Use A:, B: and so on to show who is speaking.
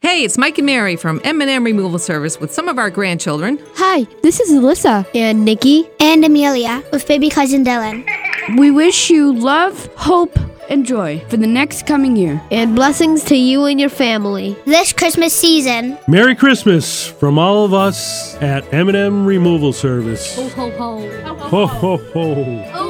A: Hey, it's Mike and Mary from M&M Removal Service with some of our grandchildren.
B: Hi, this is Alyssa.
C: and Nikki.
D: and Amelia with baby cousin Dylan.
E: We wish you love, hope, and joy for the next coming year.
C: And blessings to you and your family.
D: This Christmas season,
F: Merry Christmas from all of us at M&M Removal Service.
B: Ho, ho, ho.
F: Ho ho ho.